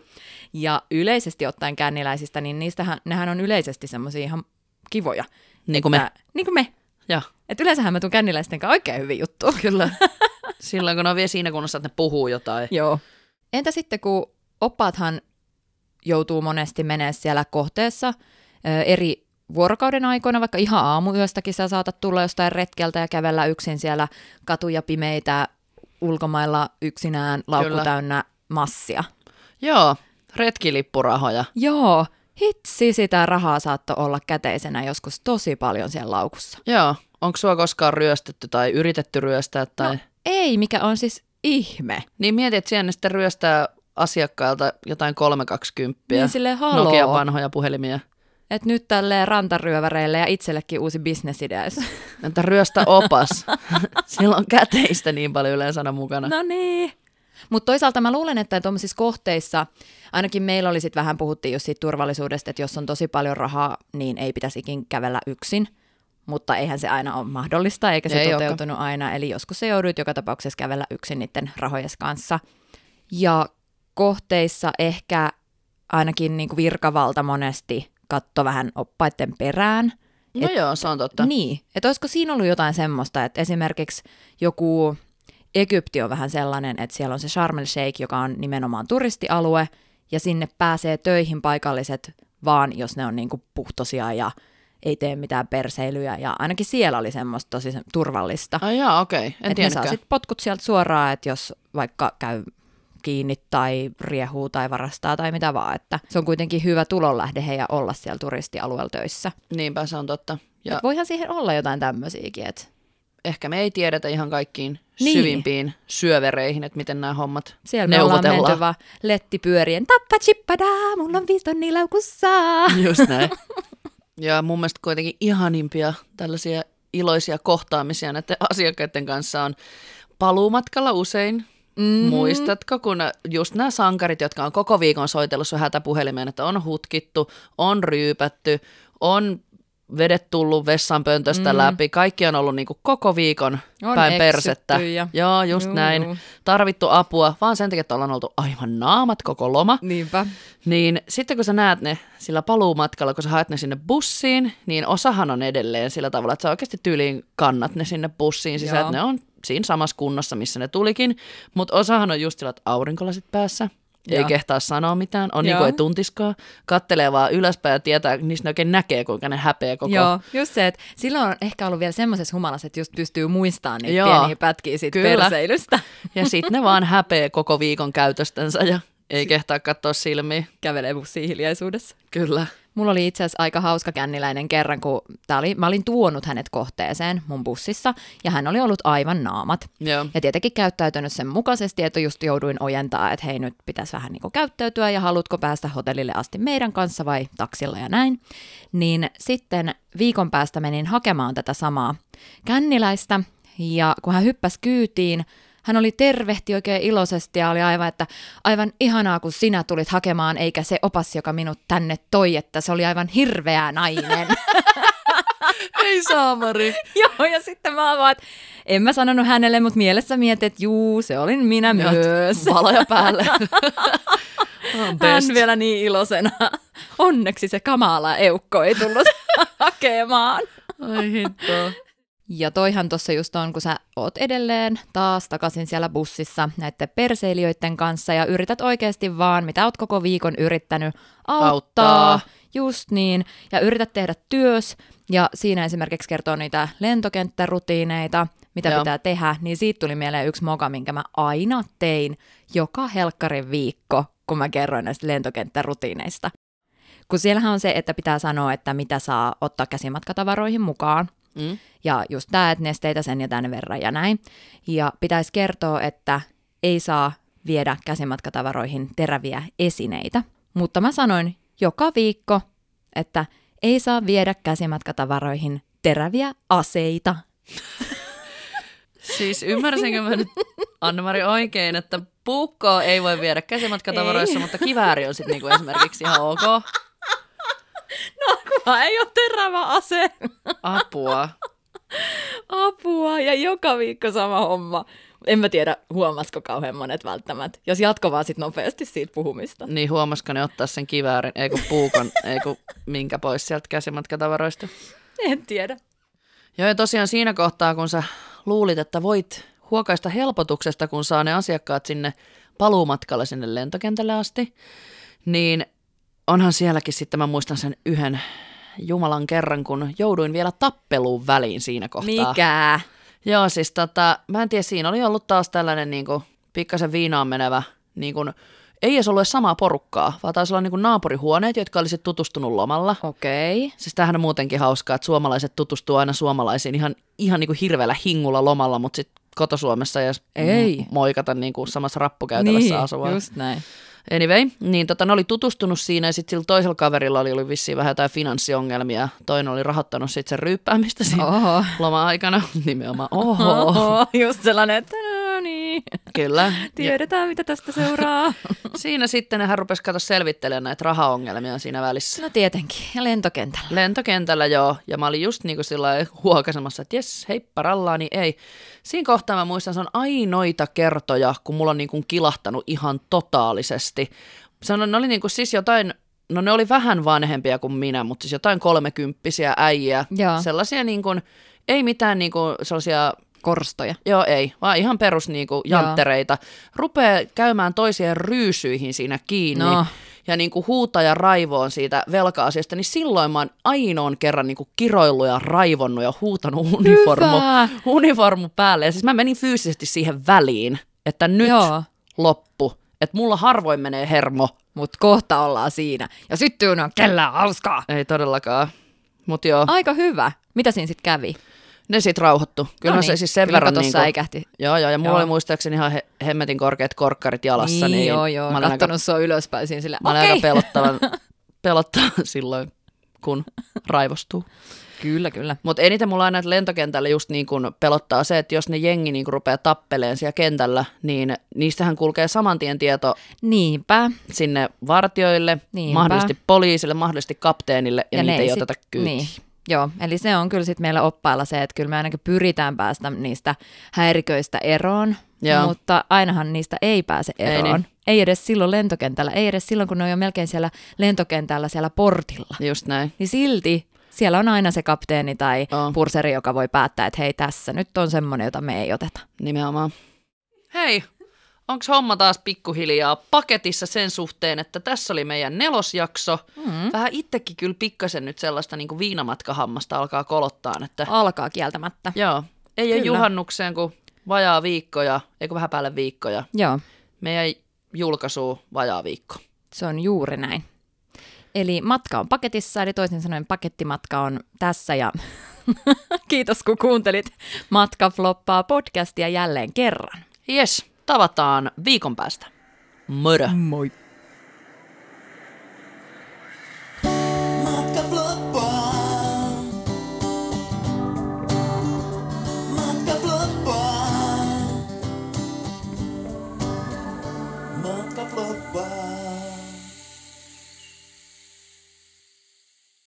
S1: Ja yleisesti ottaen känniläisistä, niin niistähän, nehän on yleisesti semmoisia ihan kivoja.
S2: Niin kuin me.
S1: Tää- Niin kuin me.
S2: Ja,
S1: Et yleensähän mä tuun känniläisten kanssa oikein hyvin juttu.
S2: kyllä. Silloin kun ne on vielä siinä kunnossa, että ne puhuu jotain.
S1: Joo. Entä sitten kun oppaathan joutuu monesti menee siellä kohteessa ö, eri vuorokauden aikoina, vaikka ihan aamuyöstäkin sä saatat tulla jostain retkeltä ja kävellä yksin siellä katuja pimeitä ulkomailla yksinään laukku
S2: Kyllä.
S1: täynnä massia.
S2: Joo, retkilippurahoja.
S1: Joo, hitsi sitä rahaa saattoi olla käteisenä joskus tosi paljon siellä laukussa.
S2: Joo, onko sua koskaan ryöstetty tai yritetty ryöstää? Tai...
S1: No. Ei, mikä on siis ihme.
S2: Niin mieti, että siellä ne sitten ryöstää asiakkailta jotain 320.
S1: Niin silleen haloo.
S2: Nokia vanhoja puhelimia.
S1: Et nyt tälleen rantaryöväreille ja itsellekin uusi bisnesidea. jos-
S2: Että ryöstä opas. Siellä on käteistä niin paljon yleensä aina mukana.
S1: No niin. Mutta toisaalta mä luulen, että tuommoisissa kohteissa, ainakin meillä oli sitten vähän puhuttiin just siitä turvallisuudesta, että jos on tosi paljon rahaa, niin ei pitäisi ikin kävellä yksin. Mutta eihän se aina ole mahdollista, eikä se
S2: Ei
S1: ei
S2: olekaan.
S1: toteutunut aina. Eli joskus se jouduit joka tapauksessa kävellä yksin niiden rahojes kanssa. Ja kohteissa ehkä ainakin niinku virkavalta monesti katto vähän oppaiden perään.
S2: No joo, se on totta.
S1: Niin, että olisiko siinä ollut jotain semmoista, että esimerkiksi joku Egypti on vähän sellainen, että siellä on se Sharm el Sheikh, joka on nimenomaan turistialue, ja sinne pääsee töihin paikalliset vaan, jos ne on niinku puhtosia ja ei tee mitään perseilyjä, ja ainakin siellä oli semmoista tosi se- turvallista.
S2: Ai jaa, okei. Okay. En
S1: Että ne saa
S2: tiennytkään.
S1: sit potkut sieltä suoraan, että jos vaikka käy kiinni tai riehuu tai varastaa tai mitä vaan, että se on kuitenkin hyvä tulonlähde heidän olla siellä turistialueella töissä.
S2: Niinpä se on totta. Ja
S1: Et voihan siihen olla jotain tämmöisiäkin, että
S2: ehkä me ei tiedetä ihan kaikkiin
S1: Niin.
S2: niin. syvimpiin syövereihin, että miten nämä hommat
S1: Siellä me ollaan
S2: neuvotellaan.
S1: menty vaan lettipyörien. Tappa chippadaa, mulla on viisi tonnia laukussa.
S2: Just näin. ja mun mielestä kuitenkin ihanimpia tällaisia iloisia kohtaamisia näiden asiakkaiden kanssa on paluumatkalla usein. Mm-hmm. Muistatko, kun just nämä sankarit, jotka on koko viikon soitellut sun hätäpuhelimeen, että on hutkittu, on ryypätty, on vedet tullut vessanpöntöstä
S1: Mm.
S2: mm. läpi. Kaikki on ollut niin kuin koko viikon
S1: On
S2: päin persettä.
S1: eksytty ja-
S2: Joo, just
S1: Juu,
S2: Juu. näin.
S1: juu.
S2: Tarvittu apua, vaan sen takia, että ollaan oltu aivan naamat koko loma.
S1: Niinpä.
S2: Niin sitten kun sä näet ne sillä paluumatkalla, kun sä haet ne sinne bussiin, niin osahan on edelleen sillä tavalla, että sä oikeasti tyyliin kannat ne sinne bussiin sisään,
S1: Joo.
S2: että ne on siinä samassa kunnossa, missä ne tulikin. Mutta osahan on just sillä, että aurinkolasit päässä, ei
S1: Joo.
S2: kehtaa sanoa mitään, on niin
S1: Joo.
S2: kuin ei tuntiskaan, kattelee vaan ylöspäin ja tietää, niistä ne oikein näkee, kuinka ne häpeä koko
S1: Joo, just se, että silloin on ehkä ollut vielä semmoisessa humalassa, että just pystyy muistamaan niitä Joo.
S2: Joo.
S1: pieniä pätkiä siitä Kyllä.
S2: Kyllä.
S1: perseilystä.
S2: Ja sitten ne vaan häpeä koko viikon käytöstensä ja ei kehtaa katsoa silmiin.
S1: Kävelee bussiin hiljaisuudessa.
S2: Kyllä.
S1: Mulla oli itse asiassa aika hauska känniläinen kerran, kun tää oli, mä olin tuonut hänet kohteeseen mun bussissa ja hän oli ollut aivan naamat.
S2: Joo.
S1: Ja tietenkin käyttäytynyt sen mukaisesti, että just jouduin ojentaa, että hei nyt pitäisi vähän niin käyttäytyä ja haluatko päästä hotellille asti meidän kanssa vai taksilla ja näin. Niin sitten viikon päästä menin hakemaan tätä samaa känniläistä ja kun hän hyppäsi kyytiin, hän oli tervehti oikein iloisesti ja oli aivan, että aivan ihanaa, kun sinä tulit hakemaan, eikä se opas, joka minut tänne toi, että se oli aivan hirveä nainen.
S2: Ei saamari.
S1: Joo, ja sitten mä vaan, että en mä sanonut hänelle, mutta mielessä mietin, että juu, se olin minä myös.
S2: Valoja päälle. On
S1: Hän
S2: best.
S1: vielä niin iloisena. Onneksi se kamala eukko ei tullut hakemaan.
S2: Ai hittoa.
S1: Ja toihan tuossa just on, kun sä oot edelleen taas takaisin siellä bussissa näiden perseilijöiden kanssa ja yrität oikeasti vaan, mitä oot koko viikon yrittänyt, auttaa. auttaa.
S2: Auttaa.
S1: Just niin. Ja yrität tehdä työs ja siinä esimerkiksi kertoo niitä lentokenttärutiineita, mitä Joo.
S2: Joo.
S1: pitää tehdä, niin siitä tuli mieleen yksi moka, minkä mä aina tein joka helkkarin viikko, kun mä kerroin näistä lentokenttärutiineista. Kun siellähän on se, että pitää sanoa, että mitä saa ottaa käsimatkatavaroihin mukaan,
S2: Mm.
S1: ja just tämä, että nesteitä sen ja tämän verran ja näin. Ja pitäisi kertoa, että ei saa viedä käsimatkatavaroihin teräviä esineitä. Mutta mä sanoin joka viikko, että ei saa viedä käsimatkatavaroihin teräviä aseita.
S2: Siis ymmärsinkö mä nyt Anna-Mari oikein, että puukkoa ei voi viedä käsimatkatavaroissa,
S1: Ei.
S2: ei. mutta kivääri on sitten niinku esimerkiksi ihan ok.
S1: Mä ei ole terävä ase.
S2: Apua.
S1: Apua ja joka viikko sama homma. En mä tiedä, huomasiko kauhean monet välttämättä, jos jatko vaan sit nopeasti siitä puhumista.
S2: Niin huomasiko ne ottaa sen kiväärin, ei kun puukon, ei kun minkä pois sieltä käsimatkatavaroista.
S1: En tiedä.
S2: Joo, ja tosiaan siinä kohtaa, kun sä luulit, että voit huokaista helpotuksesta, kun saa ne asiakkaat sinne paluumatkalle sinne lentokentälle asti, niin onhan sielläkin sitten, mä muistan sen yhden Jumalan kerran, kun jouduin vielä tappeluun väliin siinä kohtaa.
S1: Mikä?
S2: Joo, siis tota, mä en tiedä, siinä oli ollut taas tällainen niin kuin, pikkasen viinaan menevä, niin kuin, ei edes ollut edes samaa porukkaa, vaan taisi olla niin kuin naapurihuoneet, jotka olisit tutustunut lomalla.
S1: Okei.
S2: Siis tämähän on muutenkin hauskaa, että suomalaiset tutustuu aina suomalaisiin ihan, ihan niin kuin hirveällä hingulla lomalla, mutta sitten kotosuomessa ja
S1: Ei.
S2: moikata niin kuin samassa rappukäytävässä niin, asuvaa.
S1: just näin.
S2: Anyway, niin tota, ne oli tutustunut siinä ja sitten sillä toisella kaverilla oli, oli vissiin vähän jotain finanssiongelmia. Toinen oli rahoittanut sitten sen ryyppäämistä siinä oh.
S1: Oho.
S2: loma-aikana. Nimenomaan, oho,
S1: just sellainen, että no niin,
S2: kyllä. Ja
S1: tiedetään mitä tästä seuraa.
S2: siinä sitten hän rupesi katsoa selvittelemään näitä rahaongelmia siinä välissä.
S1: no tietenkin, ja lentokentällä.
S2: Lentokentällä joo, ja mä olin just niinku sillä lailla huokasemassa, että jes, heippa rallaa, niin ei. Siinä kohtaa mä muistan, se on ainoita kertoja, kun mulla on niinku kilahtanut ihan totaalisesti. Se on, ne oli niinku siis jotain, no ne oli vähän vanhempia kuin minä, mutta siis jotain kolmekymppisiä äijiä.
S1: Joo.
S2: Sellaisia niinku, ei mitään niinku sellaisia
S1: Korstoja.
S2: Joo, ei, vaan ihan perus niinku janttereita. Rupeaa käymään toisien ryysyihin siinä kiinni
S1: No.
S2: ja niinku huutaa ja raivoon siitä velka-asiasta, niin silloin mä oon ainoan kerran niinku kiroillut ja raivonnut ja huutanut uniformu,
S1: Hyvä.
S2: uniformu päälle. Ja siis mä menin fyysisesti siihen väliin, että nyt
S1: Joo.
S2: Joo. loppu. Että mulla harvoin menee hermo.
S1: Mut kohta ollaan siinä. Ja syttyyn on kellään hauskaa.
S2: Ei todellakaan. Mutta joo,
S1: Aika hyvä. Mitä siinä sitten kävi?
S2: ne sit rauhoittu. Kyllä
S1: No
S2: no
S1: niin,
S2: se siis sen
S1: kyllä
S2: verran...
S1: katossa äikähti.
S2: Joo, joo, ja mulla
S1: Joo.
S2: joo. oli muistaakseni ihan he, hemmetin korkeat korkkarit jalassa. Niin,
S1: joo, joo.
S2: Mä
S1: Mä
S2: olin aika
S1: kattonut sua ylöspäin siinä sillä,
S2: Mä olen
S1: okei.
S2: aika pelottavan, pelottavan silloin, kun raivostuu.
S1: Kyllä, kyllä.
S2: Mutta eniten mulla aina lentokentällä just niin kun pelottaa se, että jos ne jengi niin kun rupeaa tappeleen siellä kentällä, niin niistähän kulkee saman tien tieto
S1: Niinpä.
S2: sinne vartioille,
S1: Niinpä.
S2: mahdollisesti poliisille, mahdollisesti kapteenille ja, ja niitä
S1: ne
S2: ei
S1: sit-
S2: oteta kyytiin.
S1: Niin. Joo, eli se on kyllä sitten meillä oppailla se, että kyllä me ainakin pyritään päästä niistä häiriköistä eroon,
S2: Joo.
S1: mutta ainahan niistä ei pääse
S2: Ei
S1: eroon. Ei,
S2: niin.
S1: niin. ei edes silloin lentokentällä, ei edes silloin, kun ne on jo melkein siellä lentokentällä siellä portilla.
S2: Just näin.
S1: Niin silti siellä on aina se kapteeni tai
S2: On.
S1: oh. purseri, joka voi päättää, että hei tässä nyt on semmoinen, jota me ei oteta.
S2: Nimenomaan. Hei, onks homma taas pikkuhiljaa paketissa sen suhteen, että tässä oli meidän nelosjakso.
S1: Mm-hmm.
S2: Mm. Vähän itsekin kyllä pikkasen nyt sellaista niin viinamatkahammasta alkaa kolottaa, että
S1: Alkaa kieltämättä.
S2: joo, ei ole
S1: Kyllä.
S2: juhannukseen kuin vajaa viikkoja, eikö vähän päälle viikkoja.
S1: Joo,
S2: Meidän julkaisu vajaa viikko.
S1: se on juuri näin. Eli matka on paketissa, eli toisin sanoen pakettimatka on tässä ja kiitos kun kuuntelit Matka floppaa podcastia jälleen kerran.
S2: Jes, tavataan viikon päästä. Mörö.
S1: Moi.